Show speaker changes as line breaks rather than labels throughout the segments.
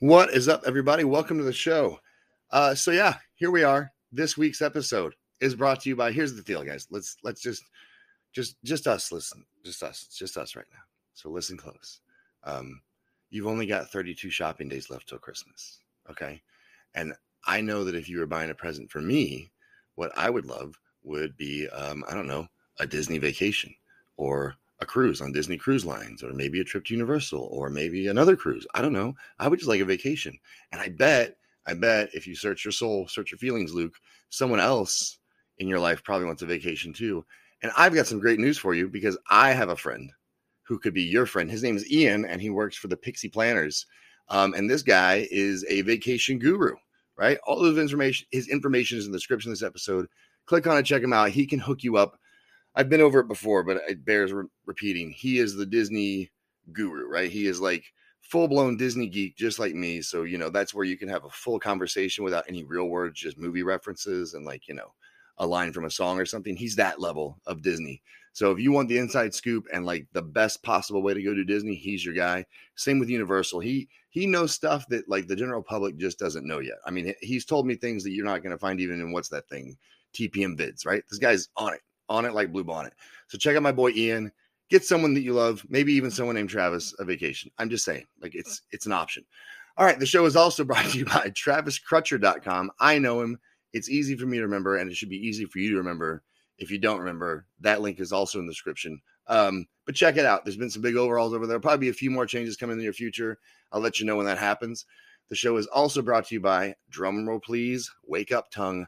What is up, everybody? Welcome to the show. Uh, so yeah, here we are. This week's episode is brought to you by. Here's the deal, guys. Let's let's just just just us listen. Just us. It's just us right now. So listen close. Um, you've only got 32 shopping days left till Christmas. Okay, and I know that if you were buying a present for me, what I would love would be um, I don't know a Disney vacation or a cruise on Disney Cruise Lines, or maybe a trip to Universal, or maybe another cruise. I don't know. I would just like a vacation. And I bet, I bet if you search your soul, search your feelings, Luke, someone else in your life probably wants a vacation too. And I've got some great news for you because I have a friend who could be your friend. His name is Ian, and he works for the Pixie Planners. Um, and this guy is a vacation guru, right? All of his information, his information is in the description of this episode. Click on it, check him out. He can hook you up. I've been over it before, but it bears re- repeating. He is the Disney guru, right? He is like full blown Disney geek, just like me. So, you know, that's where you can have a full conversation without any real words, just movie references and like, you know, a line from a song or something. He's that level of Disney. So, if you want the inside scoop and like the best possible way to go to Disney, he's your guy. Same with Universal. He he knows stuff that like the general public just doesn't know yet. I mean, he's told me things that you're not going to find even in what's that thing, TPM bids, right? This guy's on it on it like blue bonnet. So check out my boy Ian. Get someone that you love, maybe even someone named Travis, a vacation. I'm just saying, like it's it's an option. All right, the show is also brought to you by TravisCrutcher.com. I know him. It's easy for me to remember, and it should be easy for you to remember. If you don't remember, that link is also in the description. Um, but check it out. There's been some big overhauls over there. Probably a few more changes coming in the near future. I'll let you know when that happens. The show is also brought to you by drumroll, please. Wake up, tongue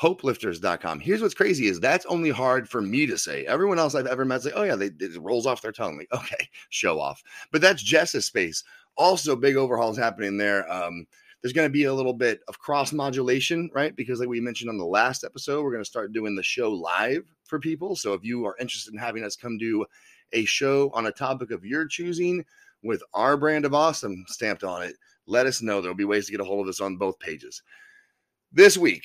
teamhopelifters.com. Here's what's crazy is that's only hard for me to say. Everyone else I've ever met say, like, oh yeah, they, it rolls off their tongue. Like, okay, show off. But that's Jess's space. Also, big overhauls happening there. Um, there's going to be a little bit of cross modulation, right? Because like we mentioned on the last episode, we're going to start doing the show live for people. So if you are interested in having us come do a show on a topic of your choosing with our brand of awesome stamped on it, let us know. There'll be ways to get a hold of us on both pages. This week,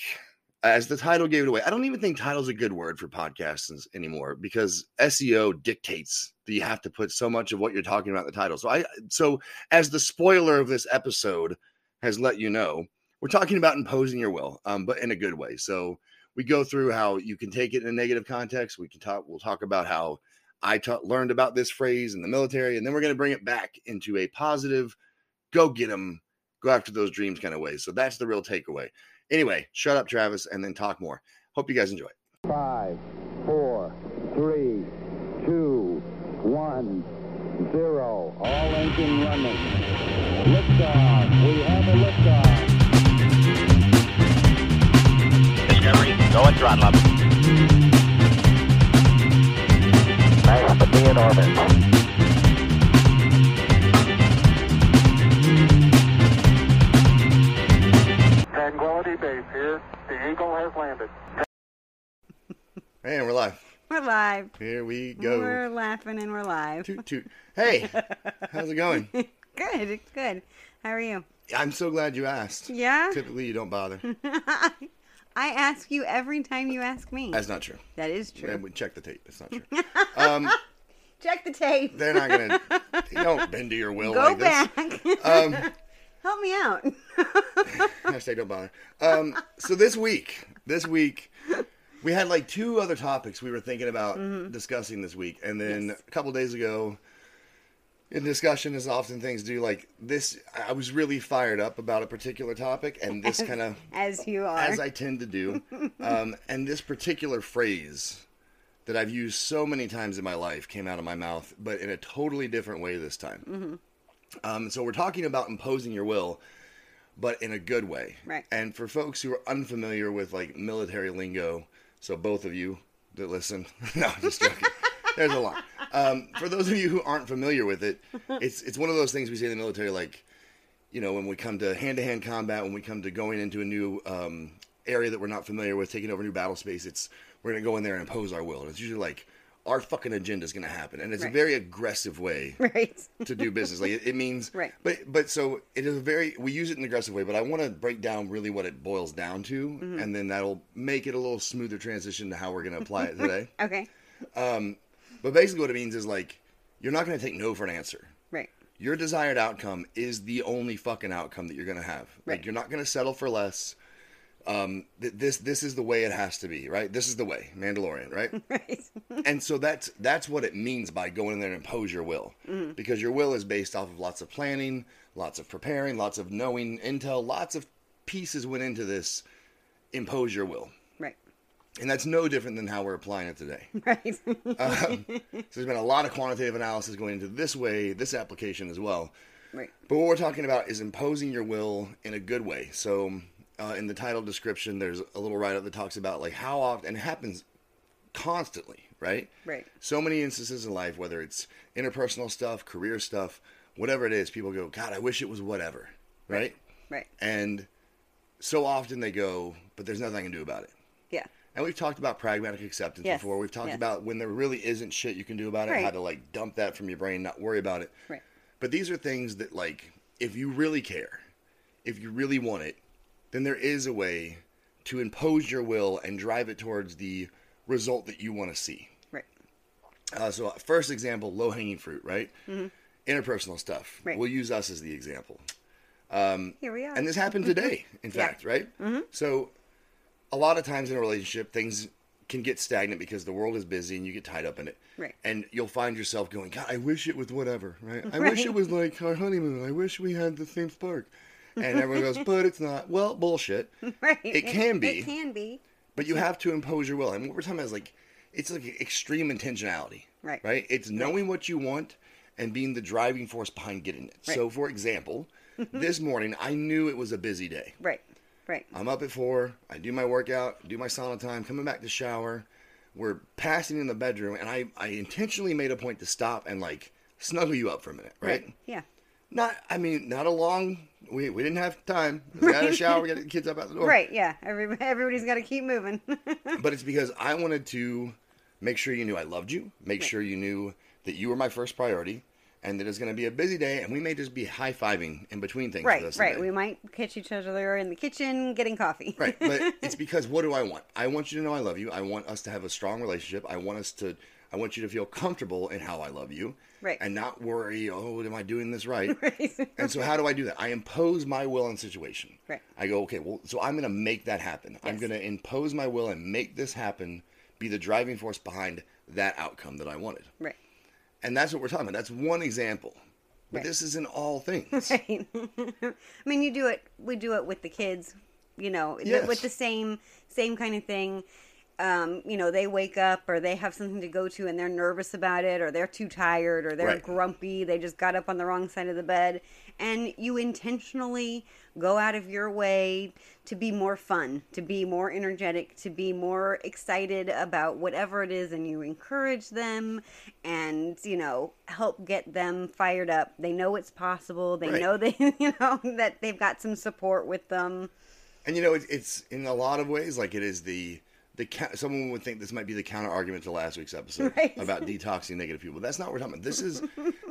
as the title gave it away, I don't even think title's a good word for podcasts anymore because SEO dictates that you have to put so much of what you're talking about in the title. So I so as the spoiler of this episode has let you know, we're talking about imposing your will, um, but in a good way. So we go through how you can take it in a negative context. We can talk. We'll talk about how I ta- learned about this phrase in the military, and then we're going to bring it back into a positive, go get them, go after those dreams kind of way. So that's the real takeaway. Anyway, shut up, Travis, and then talk more. Hope you guys enjoy.
Five, four, three, two, one, zero. All engine running. Liftoff. We have a liftoff.
Discovery, go and throttle up. Nice to be in orbit.
Tranquility Base here. The Eagle has landed.
Hey, we're live.
We're live.
Here we go.
We're laughing and we're live.
Toot toot. Hey, how's it going?
good, it's good. How are you?
I'm so glad you asked.
Yeah?
Typically, you don't bother.
I ask you every time you ask me.
That's not true.
that is
And
true.
we check the tape. It's not true. Um,
Check the tape.
they're not gonna. They don't bend to your will
Go
like
back.
this. Um,
Help me out.
hashtag don't bother. Um, so this week, this week, we had like two other topics we were thinking about discussing this week, and then
Yes.
a couple days ago, in discussion, as often things do, like this, I was really fired up about a particular topic, and this kind of
As you are.
as I tend to do. Um, and this particular phrase that I've used so many times in my life came out of my mouth, but in a totally different way this time.
Mm-hmm.
Um, so we're talking about imposing your will, but in a good way.
Right.
And for folks who are unfamiliar with like military lingo, so both of you that listen, no, I'm just joking. There's a lot. Um, for those of you who aren't familiar with it, it's it's one of those things we say in the military, like you know, when we come to hand to hand combat, when we come to going into a new um, area that we're not familiar with, taking over a new battle space, it's we're going to go in there and impose our will. And it's usually like our fucking agenda is going to happen, and it's
Right.
a very aggressive way
right.
to do business. Like it, it means,
Right.
But but so it is a very we use it in an aggressive way. But I want to break down really what it boils down to,
Mm-hmm.
and then that'll make it a little smoother transition to how we're going to apply it today.
Okay.
but basically, what it means is like you're not going to take no for an answer
Right.
your desired outcome is the only fucking outcome that you're gonna have. Like
Right.
you're not gonna settle for less. Um, th- this this is the way it has to be, right? This is the way, Mandalorian, right?
Right.
and so that's that's what it means by going in there and impose your will because your will is based off of lots of planning lots of preparing lots of knowing intel lots of pieces went into this impose your will
Right.
and that's no different than how we're applying it today
Right.
so there's been a lot of quantitative analysis going into this way this application as well
right.
but what we're talking about is imposing your will in a good way. So, uh, in the title description, there's a little write up that talks about like how often and it happens constantly, right?
Right.
So many instances in life, whether it's interpersonal stuff, career stuff, whatever it is, people go, God, I wish it was whatever, right?
Right.
And so often they go, but there's nothing I can do about it.
Yeah.
And we've talked about pragmatic acceptance
Yes,
before. We've talked
yes.
about when there really isn't shit you can do about it, how
Right.
to like dump that from your brain, not worry about it.
Right.
But these are things that, like, if you really care, if you really want it, then there is a way to impose your will and drive it towards the result that you want to see.
Right.
Uh, so, first example, low hanging fruit, right? Interpersonal stuff.
Right.
We'll use us as the example.
Here we are.
And this happened today,
Mm-hmm.
in fact, right? So, a lot of times in a relationship, things can get stagnant because the world is busy and you get tied up in it.
Right.
And you'll find yourself going, God, I wish it was whatever, right? I wish it
Right.
was like our honeymoon. I wish we had the same spark. And everyone goes, but it's not. Well, bullshit.
right.
It can be,
It can be.
but you have to impose your will. And what we're talking about is like, it's like extreme intentionality.
Right.
Right? It's knowing what you want and being the driving force behind getting it. So, for example, this morning, I knew it was a busy day.
Right. Right.
I'm up at four. I do my workout, do my sauna time, coming back to shower. We're passing in the bedroom, and I, I intentionally made a point to stop and like snuggle you up for a minute, right?
Yeah.
Not, I mean, not a long. We, we didn't have time. We got a shower. We got the kids up out the door.
Right. Yeah. Every, everybody's got to keep moving.
But it's because I wanted to make sure you knew I loved you. Make sure you knew that you were my first priority, and that it's going to be a busy day, and we may just be high fiving in between things.
right.
this
Right.
day.
We might catch each other in the kitchen getting coffee.
Right, but it's because what do I want? I want you to know I love you. I want us to have a strong relationship. I want us to I want you to feel comfortable in how I love you.
Right.
And not worry, oh, am I doing this right?
right.
And so how do I do that? I impose my will on situation.
Right.
I go, okay, well, so I'm going to make that happen. I'm
Yes.
going to impose my will and make this happen, be the driving force behind that outcome that I wanted.
Right.
And that's what we're talking about. That's one example. But
Right.
this is in all things.
Right. I mean, you do it. We do it with the kids. You know, th-
Yes.
with the same same kind of thing. Um, you know, they wake up or they have something to go to and they're nervous about it or they're too tired or they're
Right.
grumpy. They just got up on the wrong side of the bed, and you intentionally go out of your way to be more fun, to be more energetic, to be more excited about whatever it is, and you encourage them and you know help get them fired up. They know it's possible. They
Right.
know they you know that they've got some support with them.
And you know, it, it's in a lot of ways like it is the the ca- someone would think this might be the counter argument to last week's episode
Right.
about detoxing negative people. That's not what we're talking about. This is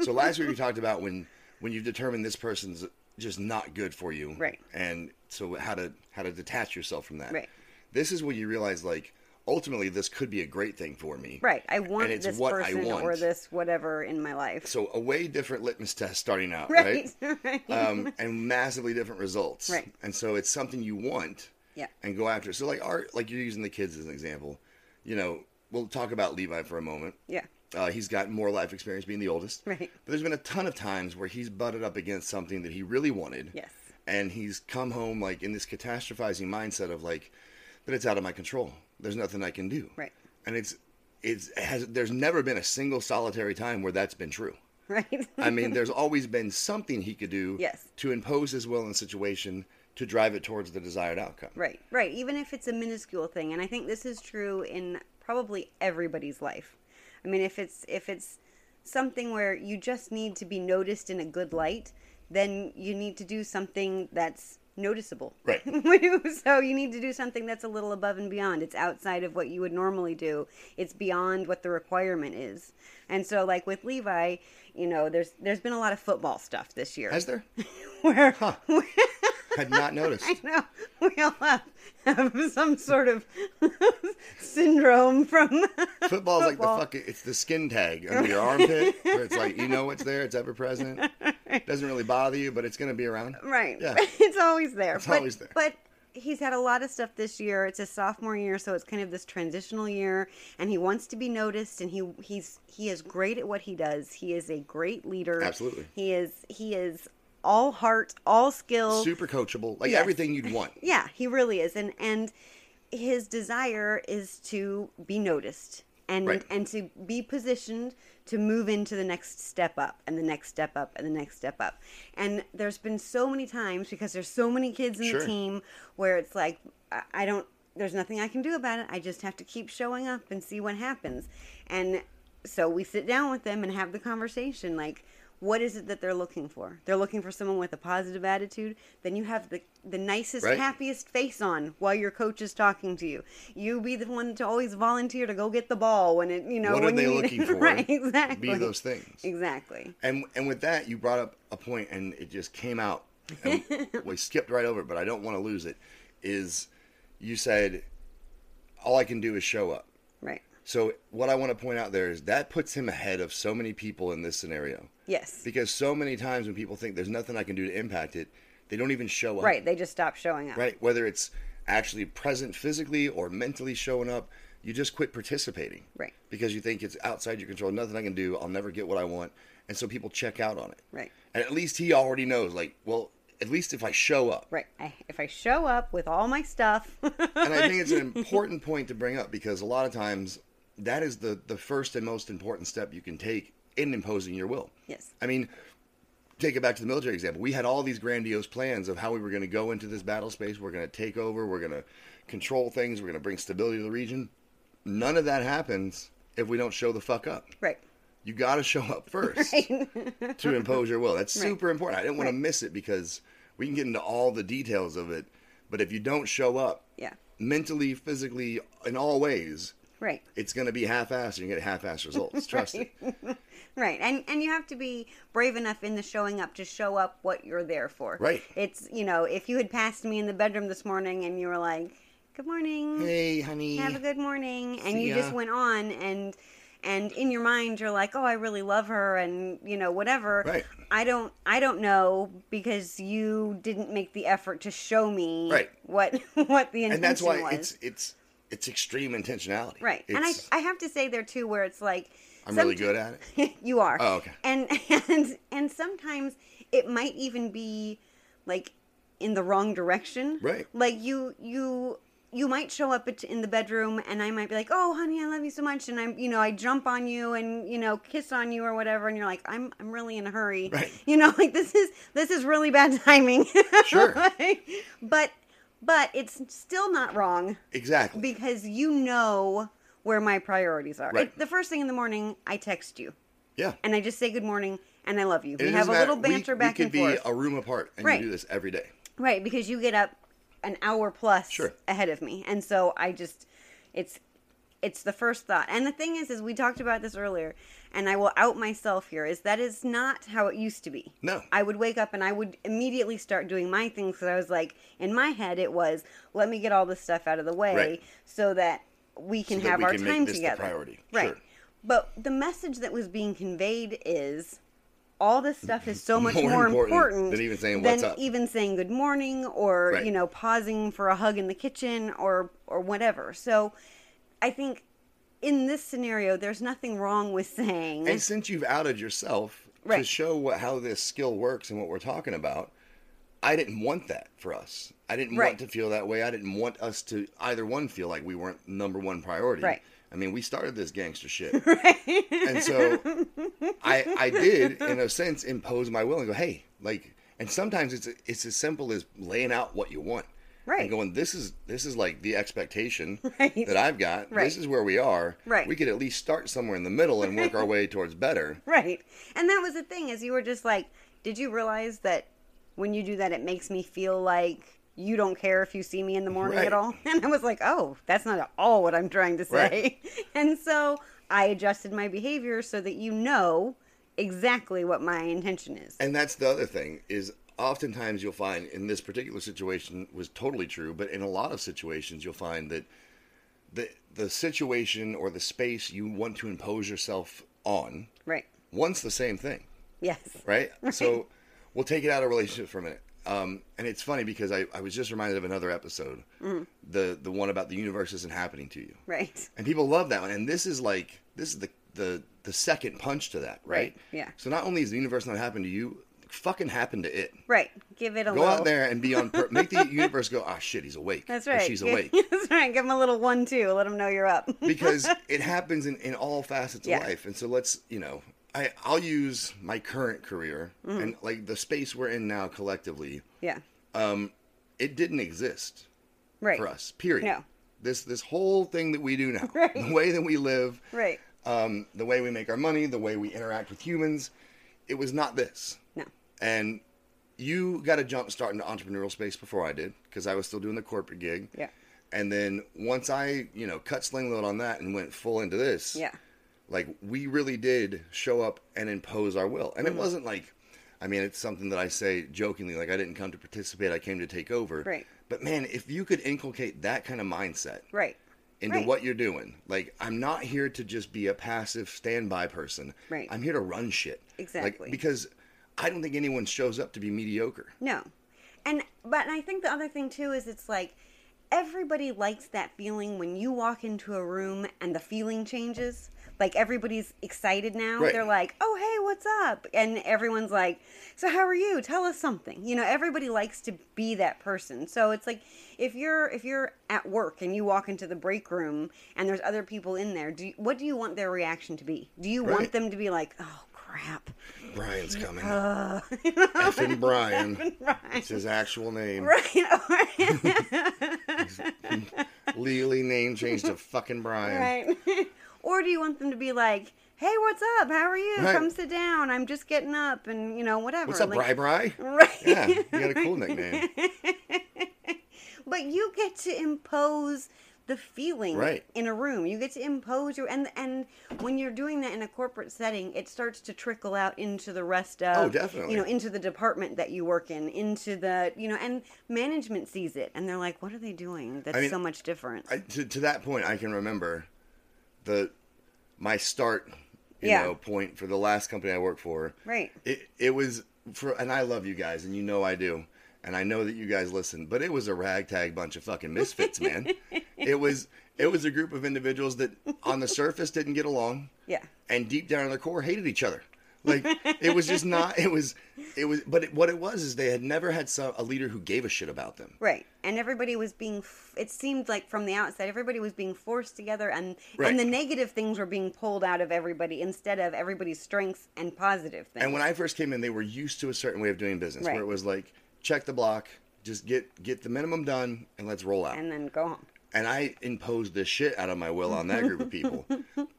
so last week we talked about when when you've determined this person's just not good for you,
Right.
And so how to how to detach yourself from that.
Right.
This is when you realize like ultimately this could be a great thing for me,
Right. I want
it's
this
what I
person
want.
or this whatever in my life.
So a way different litmus test starting out, right?
right. Right.
um, and massively different results.
Right.
And so it's something you want.
Yeah.
And go after. it. So like art, like you're using the kids as an example. You know, we'll talk about Levi for a moment.
yeah.
Uh, he's got more life experience being the oldest.
Right.
But there's been a ton of times where he's butted up against something that he really wanted.
Yes.
And he's come home like in this catastrophizing mindset of like that it's out of my control. There's nothing I can do.
Right.
And it's it's it has there's never been a single solitary time where that's been true.
Right.
I mean, there's always been something he could do
Yes.
to impose his will in the situation to drive it towards the desired outcome.
Right, right. Even if it's a minuscule thing, and I think this is true in probably everybody's life. I mean, if it's if it's something where you just need to be noticed in a good light, then you need to do something that's noticeable.
Right.
so you need to do something that's a little above and beyond. It's outside of what you would normally do. It's beyond what the requirement is. And so like with Levi, you know, there's there's been a lot of football stuff this year.
Has there?
where
Huh. Had not noticed.
I know we all have, have some sort of syndrome from
Football's like the
Football.
fucking, it's the skin tag under your armpit where it's like, you know it's there, it's ever present. Doesn't really bother you, but it's going to be around.
Right.
Yeah.
It's always there.
It's
but,
always there.
But he's had a lot of stuff this year. It's his sophomore year, so it's kind of this transitional year, and he wants to be noticed. And he he's he is great at what he does. He is a great leader.
Absolutely.
He is he is all heart, all skill.
Super coachable, like
Yes.
everything you'd want.
Yeah, he really is, and and his desire is to be noticed and
Right.
and to be positioned to move into the next step up and the next step up and the next step up. And there's been so many times because there's so many kids in
Sure.
the team where it's like I, I don't there's nothing I can do about it. I just have to keep showing up and see what happens. And so we sit down with them and have the conversation like what is it that they're looking for? They're looking for someone with a positive attitude. Then you have the the nicest,
Right.
happiest face on while your coach is talking to you. You be the one to always volunteer to go get the ball when it you know
what are
when
they
you need
looking
it.
for?
right, exactly.
Be those things.
Exactly.
And and with that, you brought up a point, and it just came out. And we skipped right over, it, but I don't want to lose it. Is you said all I can do is show up.
Right.
So what I want to point out there is that puts him ahead of so many people in this scenario
Yes.
because so many times when people think there's nothing I can do to impact it, they don't even show up.
Right. They just stop showing up.
Right. Whether it's actually present physically or mentally showing up, you just quit participating.
Right.
Because you think it's outside your control, nothing I can do, I'll never get what I want. And so people check out on it.
Right.
And at least he already knows, like, well, at least if I show up.
Right. I, if I show up with all my stuff,
And I think it's an important point to bring up because a lot of times that is the, the first and most important step you can take in imposing your will.
Yes.
I mean, take it back to the military example. We had all these grandiose plans of how we were going to go into this battle space. We're going to take over. We're going to control things. We're going to bring stability to the region. None of that happens if we don't show the fuck up.
right.
You got to show up first to impose your will. That's
Right.
super important. I didn't want
Right.
to miss it because we can get into all the details of it. But if you don't show up,
Yeah.
mentally, physically, in all ways,
Right.
it's going to be half-assed. and You're going to get half-assed results. Trust it.
Right, and and you have to be brave enough in the showing up to show up what you're there for.
Right.
It's you know if you had passed me in the bedroom this morning and you were like, "Good morning,
Hey, honey.
Mm-hmm. have a good morning," and
See
you just
ya.
went on and and in your mind you're like, "Oh, I really love her," and you know whatever.
Right.
I don't I don't know because you didn't make the effort to show me
Right.
what what the intention
and that's why
was.
it's it's it's extreme intentionality.
right, and I
It's-
I have to say there too where it's like
I'm really
someti-
good at it.
you are.
Oh, okay.
And and and sometimes it might even be like in the wrong direction.
Right.
Like you you you might show up at- in the bedroom and I might be like, "Oh, honey, I love you so much," and I'm you know I jump on you and you know kiss on you or whatever, and you're like, "I'm I'm really in a hurry."
Right.
You know, like this is this is really bad timing.
Sure.
Like, but but it's still not wrong
Exactly.
because you know where my priorities are.
Right.
It- the first thing in the morning, I text you
yeah.
and I just say good morning and I love you.
It
we have a
doesn't
little
matter. We-
banter back
we
and
could
forth.
be a room apart, and
Right.
you do this every day.
Right, because you get up an hour plus
Sure.
ahead of me. And so I just it's it's the first thought. And the thing is is we talked about this earlier and I will out myself here is that is not how it used to be.
No.
I would wake up and I would immediately start doing my things cuz I was like in my head it was let me get all this stuff out of the way
Right.
so that we can
that
have
we
our
can make
time
this the
together.
priority.
Right.
Sure.
But the message that was being conveyed is all this stuff is so much
More
more,
important
important,
than even saying,
than
"What's up?"
even saying good morning or
Right.
you know pausing for a hug in the kitchen or or whatever so i think in this scenario there's nothing wrong with saying
And since you've outed yourself to
Right.
show what how this skill works and what we're talking about, I didn't want that for us. I didn't want
Right.
to feel that way. I didn't want us to either one feel like we weren't number one priority.
Right.
I mean, we started this gangster shit, and so I I did in a sense impose my will and go, hey, like, and sometimes it's it's as simple as laying out what you want.
Right.
And going, this is this is like the expectation
Right.
that I've got.
Right.
This is where we are.
Right.
We could at least start somewhere in the middle and work our way towards better.
right and that was the thing is you were just like did you realize that when you do that it makes me feel like you don't care if you see me in the morning
Right.
at all and i was like oh that's not at all what i'm trying to say and so i adjusted my behavior so that you know exactly what my intention is
And that's the other thing is oftentimes you'll find in this particular situation was totally true, but in a lot of situations you'll find that the the situation or the space you want to impose yourself on
right
wants the same thing,
Yes.
right? So we'll take it out of relationships for a minute. Um, and it's funny because I, I was just reminded of another episode, the the one about the universe isn't happening to you,
Right.
and people love that one. And this is like this is the the the second punch to that, right?
Right, yeah.
So not only is the universe not happening to you, it fucking happened to it.
Right. Give it a
Go
little.
out there and be on. Per- make the universe go. Ah, shit, he's awake.
That's
Or
right.
she's
Give-
awake
That's right. Give them a little one two. Let them know you're up.
because it happens in, in all facets
Yeah.
of life. And so let's, you know, I, I'll use my current career
Mm-hmm.
and like the space we're in now collectively.
yeah.
It didn't exist
Right.
for us, period.
No.
This, this whole thing that we do now,
Right.
the way that we live,
Right.
um, the way we make our money, the way we interact with humans, it was not this.
No.
And you got a jump start into entrepreneurial space before I did because I was still doing the corporate gig.
Yeah.
And then once I, you know, cut sling load on that and went full into this,
Yeah.
like we really did show up and impose our will and it
Mm-hmm.
wasn't like i mean it's something that i say jokingly like i didn't come to participate i came to take over
Right.
but man if you could inculcate that kind of mindset
Right.
into
Right.
what you're doing like i'm not here to just be a passive standby person
Right.
i'm here to run shit Like,
Exactly.
because i don't think anyone shows up to be mediocre
No. And but I think the other thing too is it's like everybody likes that feeling when you walk into a room and the feeling changes. Like everybody's excited now.
Right.
They're like, "Oh, hey, what's up?" And everyone's like, "So how are you? Tell us something." You know, everybody likes to be that person. So it's like if you're if you're at work and you walk into the break room and there's other people in there, do you, what do you want their reaction to be? Do you want
Right.
them to be like, "Oh, crap."
brian's coming
uh,
effing brian it's his actual name
Right.
legally name changed to fucking brian
Right. or do you want them to be like, "Hey, what's up? How are you?
Right.
Come sit down. I'm just getting up, and you know, whatever."
what's up
Like-
bri bri
Right.
yeah you got a cool nickname
But you get to impose the feeling
Right.
in a room. You get to impose your and and when you're doing that in a corporate setting, it starts to trickle out into the rest of
Oh, definitely.
you know, into the department that you work in, into the you know, and management sees it and they're like, "What are they doing? That's
mean,
so much different."
I, to, to that point, I can remember the my start, you
Yeah.
know, point for the last company I worked for.
Right.
It it was for, and I love you guys, and you know I do, and I know that you guys listen, but it was a ragtag bunch of fucking misfits, man. it was it was a group of individuals that on the surface didn't get along,
yeah.
and deep down in their core hated each other. Like it was just not. It was it was. But it, what it was is they had never had some, a leader who gave a shit about them.
Right. And everybody was being f- it seemed like from the outside everybody was being forced together and
Right.
and the negative things were being pulled out of everybody instead of everybody's strengths and positive things.
And when I first came in, they were used to a certain way of doing business,
Right.
where it was like, check the block, just get get the minimum done, and let's roll out.
and
And,
then go home.
I imposed the shit out of my will on that group of people,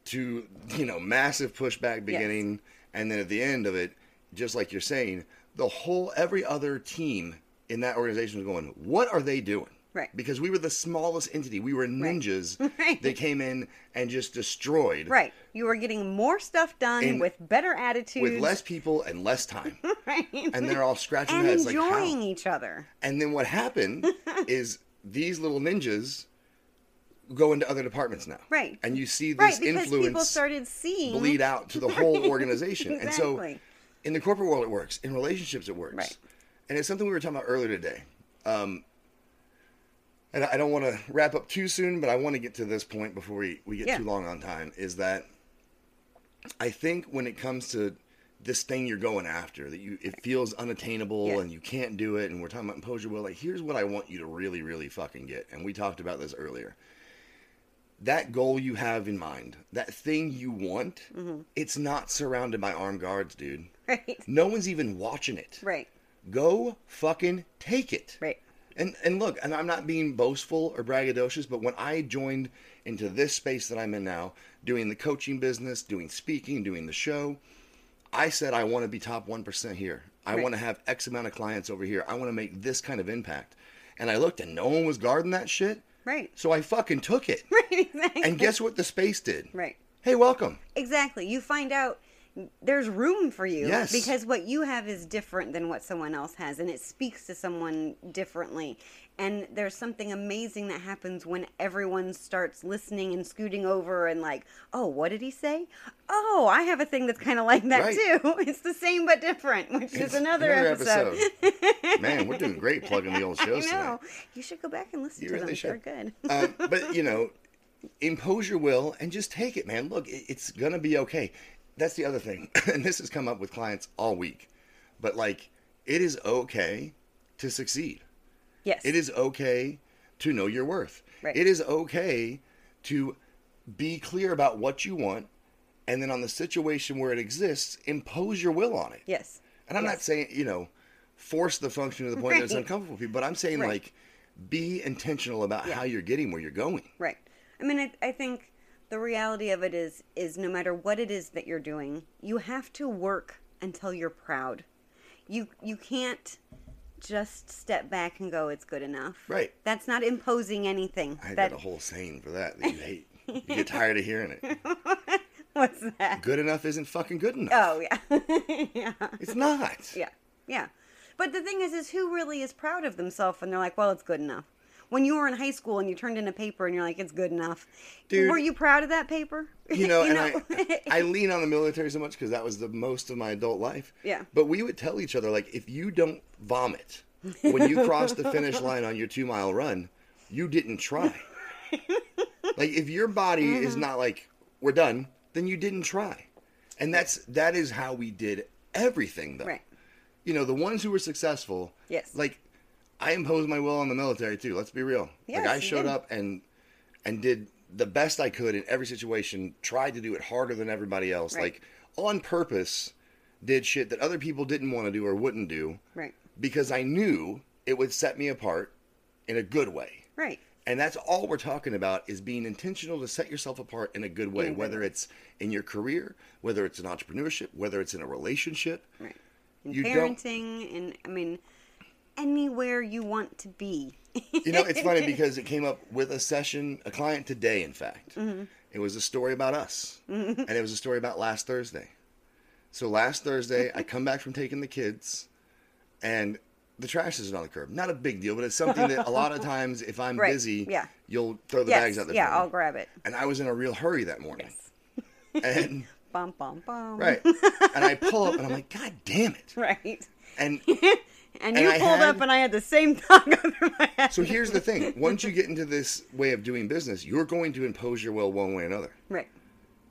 to you know, massive pushback beginning, and then at the end of it, just like you're saying, the whole every other team in that organization was going, what are they doing?
Right.
Because we were the smallest entity. We were ninjas
Right.
that came in and just destroyed.
Right. You were getting more stuff done
And-
with better attitudes
With less people and less time.
right?
And they're all scratching
and
their heads like, how?
enjoying each other.
And then what happened is these little ninjas go into other departments now.
Right.
And you see
Right,
this
because people
influence
started seeing
bleed out to the whole organization. And so
Exactly.
in the corporate world it works. In relationships it works.
Right.
And it's something we were talking about earlier today. Um and I I don't want to wrap up too soon, but I want to get to this point before we, we get
Yeah.
too long on time, is that I think when it comes to this thing you're going after, that you it feels unattainable
Yeah.
and you can't do it, and we're talking about impose your will, like here's what I want you to really, really fucking get. And we talked about this earlier. That goal you have in mind, that thing you want, it's not surrounded by armed guards, dude.
Right.
No one's even watching it.
Right.
Go fucking take it.
Right.
And and look, and I'm not being boastful or braggadocious, but when I joined into this space that I'm in now, doing the coaching business, doing speaking, doing the show, I said I want to be top 1% here. I
Right.
want to have X amount of clients over here. I want to make this kind of impact. And I looked and no one was guarding that shit.
Right.
So I fucking took it.
Right. Exactly.
And guess what the space did?
Right.
Hey, welcome.
Exactly. You find out there's room for you
Yes.
because what you have is different than what someone else has and it speaks to someone differently and there's something amazing that happens when everyone starts listening and scooting over and like oh what did he say oh i have a thing that's kind of like that
Right.
too it's the same but different which is
It's
another,
another
episode,
Man, we're doing great plugging the old
i know
shows tonight.
you should go back and listen
You
to
really
them
should.
they're good
uh, but you know, impose your will and just take it, man. Look, it- it's gonna be okay. That's the other thing, and this has come up with clients all week. But like, it is okay to succeed.
yes
It is okay to know your worth.
Right.
It is okay to be clear about what you want, and then on the situation where it exists, impose your will on it.
yes
And I'm not
Yes.
saying, you know, force the function to the point that it's
Right.
uncomfortable for people, but I'm saying
Right.
like be intentional about
Yeah.
how you're getting where you're going.
Right. I mean, I, I think the reality of it is is no matter what it is that you're doing, you have to work until you're proud. You you can't just step back and go, "It's good enough."
Right.
That's not imposing anything.
I
that
got a whole saying for that that you hate. you get tired of hearing it.
what's that?
Good enough isn't fucking good enough.
Oh yeah, yeah,
It's not.
Oh. yeah, yeah. But the thing is, is who really is proud of themselves when they're like, "Well, it's good enough." When you were in high school and you turned in a paper and you're like, "It's good enough,"
Dude.
were you proud of that paper?
You know, and
know?
I, I lean on the military so much because that was the most of my adult life.
Yeah.
But we would tell each other, like, if you don't vomit when you cross the finish line on your two mile run, you didn't try. like, if your body
Mm-hmm.
is not like, we're done, then you didn't try. And that's that is how we did everything, though.
Right.
You know, the ones who were successful.
Yes.
Like, I imposed my will on the military too. Let's be real.
Yes,
like, I
you
showed
did.
up and and did the best I could in every situation, tried to do it harder than everybody else,
Right.
like on purpose, did shit that other people didn't want to do or wouldn't do
Right.
because I knew it would set me apart in a good way.
Right.
And that's all we're talking about is being intentional to set yourself apart in a good way,
a good
whether
way.
it's in your career, whether it's in entrepreneurship, whether it's in a relationship.
Right. In
You don't-
parenting, and I mean, anywhere you want to be.
You know, it's funny because it came up with a session, a client today, in fact.
Mm-hmm.
It was a story about us, and it was a story about last Thursday. So last Thursday, I come back from taking the kids, and the trash is on the curb. Not a big deal, but it's something that a lot of times, if I'm
Right,
busy,
yeah.
you'll throw the
yes,
bags out there.
yeah,
for me.
I'll grab it.
And I was in a real hurry that morning. And
Bum bum bum.
right, and I pull up, and I'm like, God damn it!
Right.
And
And,
And
you
I
pulled
had-
up, and I had the same thought go through my head.
so here's the thing: once you get into this way of doing business, you're going to impose your will one way or another.
Right.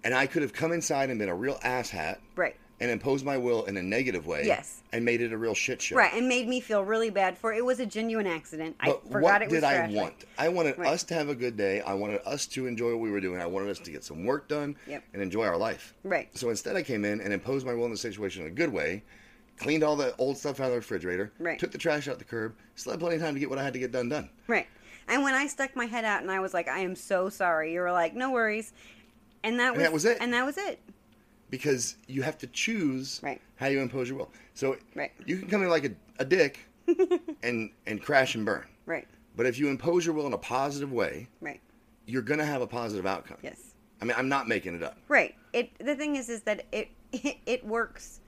and I could have come inside and been a real asshat,
Right.
and imposed my will in a negative way,
Yes.
and made it a real shit show.
Right. And made me feel really bad for it. It was a genuine accident.
But
I forgot
what
it was
did I
trash.
want? I wanted
Right.
us to have a good day. I wanted us to enjoy what we were doing. I wanted us to get some work done
Yep.
and enjoy our life.
Right.
So instead, I came in and imposed my will in the situation in a good way, cleaned all the old stuff out of the refrigerator,
Right.
took the trash out the curb, still had plenty of time to get what I had to get done done.
Right. And when I stuck my head out and I was like, I am so sorry, you were like, no worries. And that was,
that was it.
And that was it.
because you have to choose
Right.
how you impose your will. So
Right.
you can come in like a, a dick and and crash and burn.
Right.
But if you impose your will in a positive way,
Right.
you're gonna have a positive outcome.
Yes.
I mean, I'm not making it up.
Right. It the thing is is that it it, works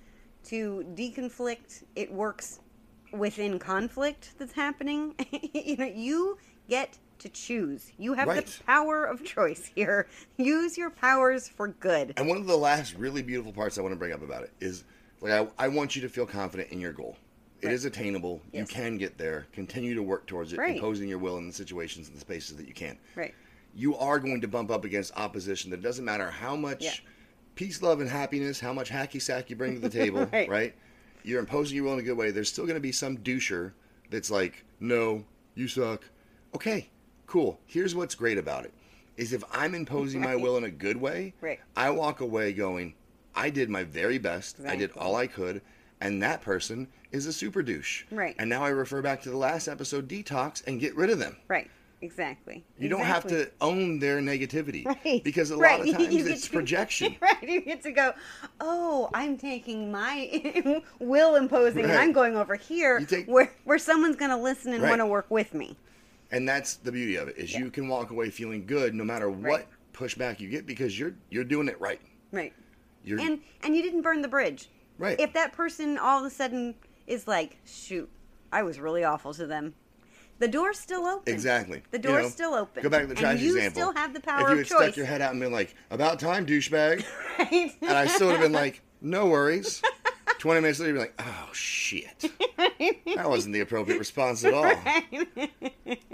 to deconflict. It works within conflict that's happening. you know, you get to choose. You have
Right.
the power of choice here. Use your powers for good.
And one of the last really beautiful parts I want to bring up about it is like I, I want you to feel confident in your goal. It is
Right.
attainable.
Yes.
You can get there. Continue to work towards it,
Right.
imposing your will in the situations and the spaces that you can.
Right.
you are going to bump up against opposition that doesn't matter how much
Yeah.
peace, love, and happiness, how much hacky sack you bring to the table,
Right.
right. You're imposing your will in a good way. There's still going to be some doucher that's like, no, you suck. Okay, cool. Here's what's great about it is if I'm imposing my will in a good way,
Right.
I walk away going, I did my very best. I did
Exactly.
all I could. And that person is a super douche.
Right.
And now I refer back to the last episode detox and get rid of them.
Right. Exactly.
You don't have
Exactly.
to own their negativity
Right.
because a
Right.
lot of times
You get
it's
to-
projection.
Right, you get to go. Oh, I'm taking my will imposing, and
Right.
I'm going over here
You take-
where where someone's going to listen and
Right.
want to work with me.
And that's the beauty of it is
Yeah.
you can walk away feeling good no matter
Right.
what pushback you get because you're you're doing it right.
Right.
You're
and and you didn't burn the bridge
Right.
if that person all of a sudden is like shoot i was really awful to them the door's still open
exactly
the
You
door's
know,
still open
Go back to the trash
and you
example.
still have the
If
power
you
of
had
choice
stuck your head out and been like, "About time, douchebag,"
right?
and I still would have been like, "No worries." Twenty minutes later, you'd be like, "Oh shit, that wasn't the appropriate response at all."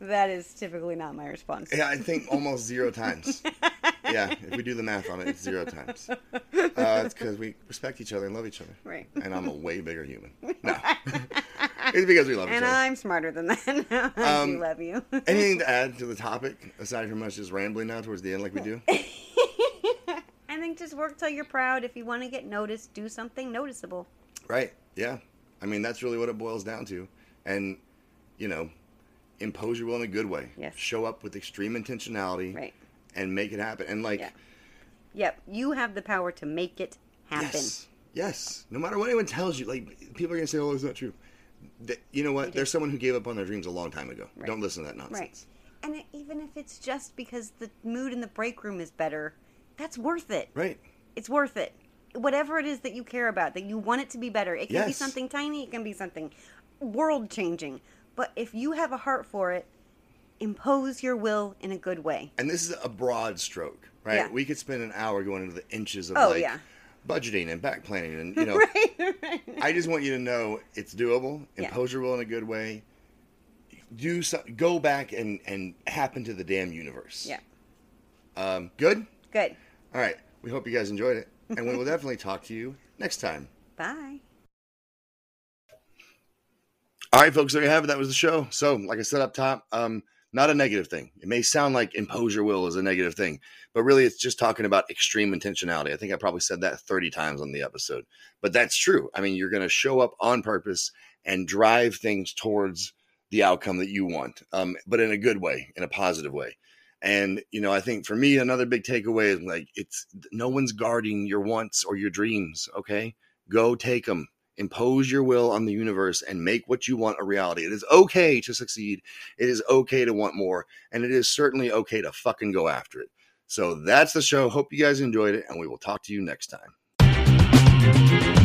that is typically not my response
Yeah, I think almost zero times. yeah, if we do the math on it, it's zero times. Uh, it's because we respect each other and love each other.
Right.
And I'm a way bigger human. No, it's because we love each
and
other.
i'm smarter than that i do
Um,
love you
Anything to add to the topic aside from us just rambling now towards the end, like we do?
i think just work till you're proud if you want to get noticed do something noticeable
Right. Yeah. I mean, that's really what it boils down to. And, you know, impose your will in a good way.
Yes.
Show up with extreme intentionality.
Right.
And make it happen. And, like,
Yeah. yep you have the power to make it happen
yes. Yes. No matter what anyone tells you, like, people are going to say, oh, it's not true. Th- you know what? There's someone who gave up on their dreams a long time ago. Don't listen to that
Right.
nonsense.
And it, even if it's just because the mood in the break room is better, that's worth it.
Right.
It's worth it. Whatever it is that you care about, that you want it to be better, it can be
Yes.
something tiny, it can be something world changing. But if you have a heart for it, impose your will in a good way.
And this is a broad stroke, right?
Yeah.
We could spend an hour going into the inches of,
Oh,
like,
yeah.
budgeting and back planning and, you know, I just want you to know it's doable.
Yeah.
Impose your will in a good way. Do so, go back and and happen to the damn universe.
Yeah.
Um, good.
Good.
All right. We hope you guys enjoyed it, and we will definitely talk to you next time.
Bye.
All right, folks. There you have it. That was the show. So, like I said up top, um, not a negative thing. It may sound like impose your will is a negative thing, but really, it's just talking about extreme intentionality. I think I probably said that thirty times on the episode, but that's true. I mean, you're going to show up on purpose and drive things towards the outcome that you want, um, but in a good way, in a positive way. And you know, I think for me, another big takeaway is like it's no one's guarding your wants or your dreams. Okay, go take them. Impose your will on the universe and make what you want a reality. It is okay to succeed. It is okay to want more, and it is certainly okay to fucking go after it. So that's the show. Hope you guys enjoyed it, and we will talk to you next time.